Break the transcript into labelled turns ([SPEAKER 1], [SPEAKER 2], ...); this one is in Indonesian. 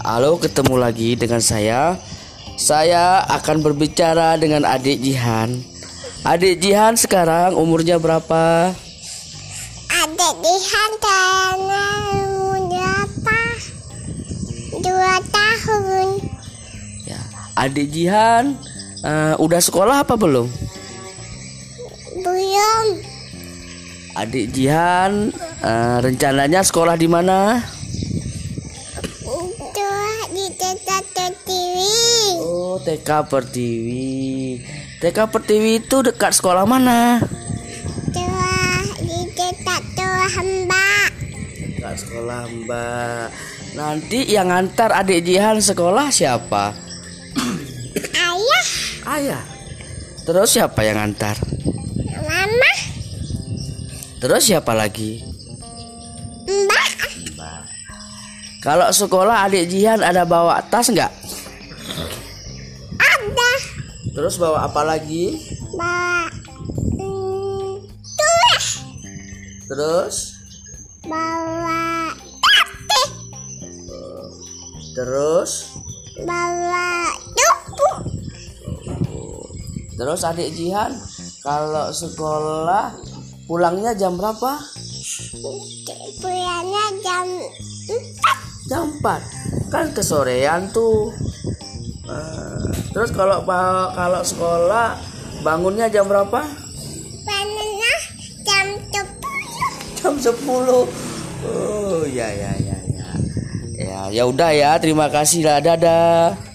[SPEAKER 1] Halo, ketemu lagi dengan saya. Saya akan berbicara dengan adik Jihan. Adik Jihan sekarang umurnya berapa?
[SPEAKER 2] ada di antara berapa dua tahun
[SPEAKER 1] Ya. Adik Jihan eh, udah sekolah apa belum?
[SPEAKER 2] belum
[SPEAKER 1] Adik Jihan eh, rencananya sekolah di mana?
[SPEAKER 2] dua di tetap TV
[SPEAKER 1] Oh, TK Pertiwi. TK Pertiwi itu dekat sekolah mana?
[SPEAKER 2] dua di tetap tua hamba
[SPEAKER 1] Dekat sekolah Mbak. Nanti yang antar adik Jihan sekolah siapa?
[SPEAKER 2] ayah
[SPEAKER 1] Ayah. Terus siapa yang antar?
[SPEAKER 2] mama
[SPEAKER 1] Terus siapa lagi?
[SPEAKER 2] mbak
[SPEAKER 1] Kalau sekolah adik Jihan ada bawa tas nggak?
[SPEAKER 2] ada
[SPEAKER 1] Terus bawa apa lagi?
[SPEAKER 2] mbak hmm, tuh
[SPEAKER 1] Terus?
[SPEAKER 2] bawa tapi
[SPEAKER 1] Terus?
[SPEAKER 2] bawa tubuh
[SPEAKER 1] Terus adik Jihan kalau sekolah pulangnya jam berapa?
[SPEAKER 2] bulannya jam empat
[SPEAKER 1] Jam 4. Kan kesorean tuh. Eh, terus kalau ba- kalau sekolah bangunnya jam berapa?
[SPEAKER 2] Banana jam 10
[SPEAKER 1] Jam 10. Oh, ya ya ya ya. Ya, ya udah ya. Terima kasih lah. Dadah.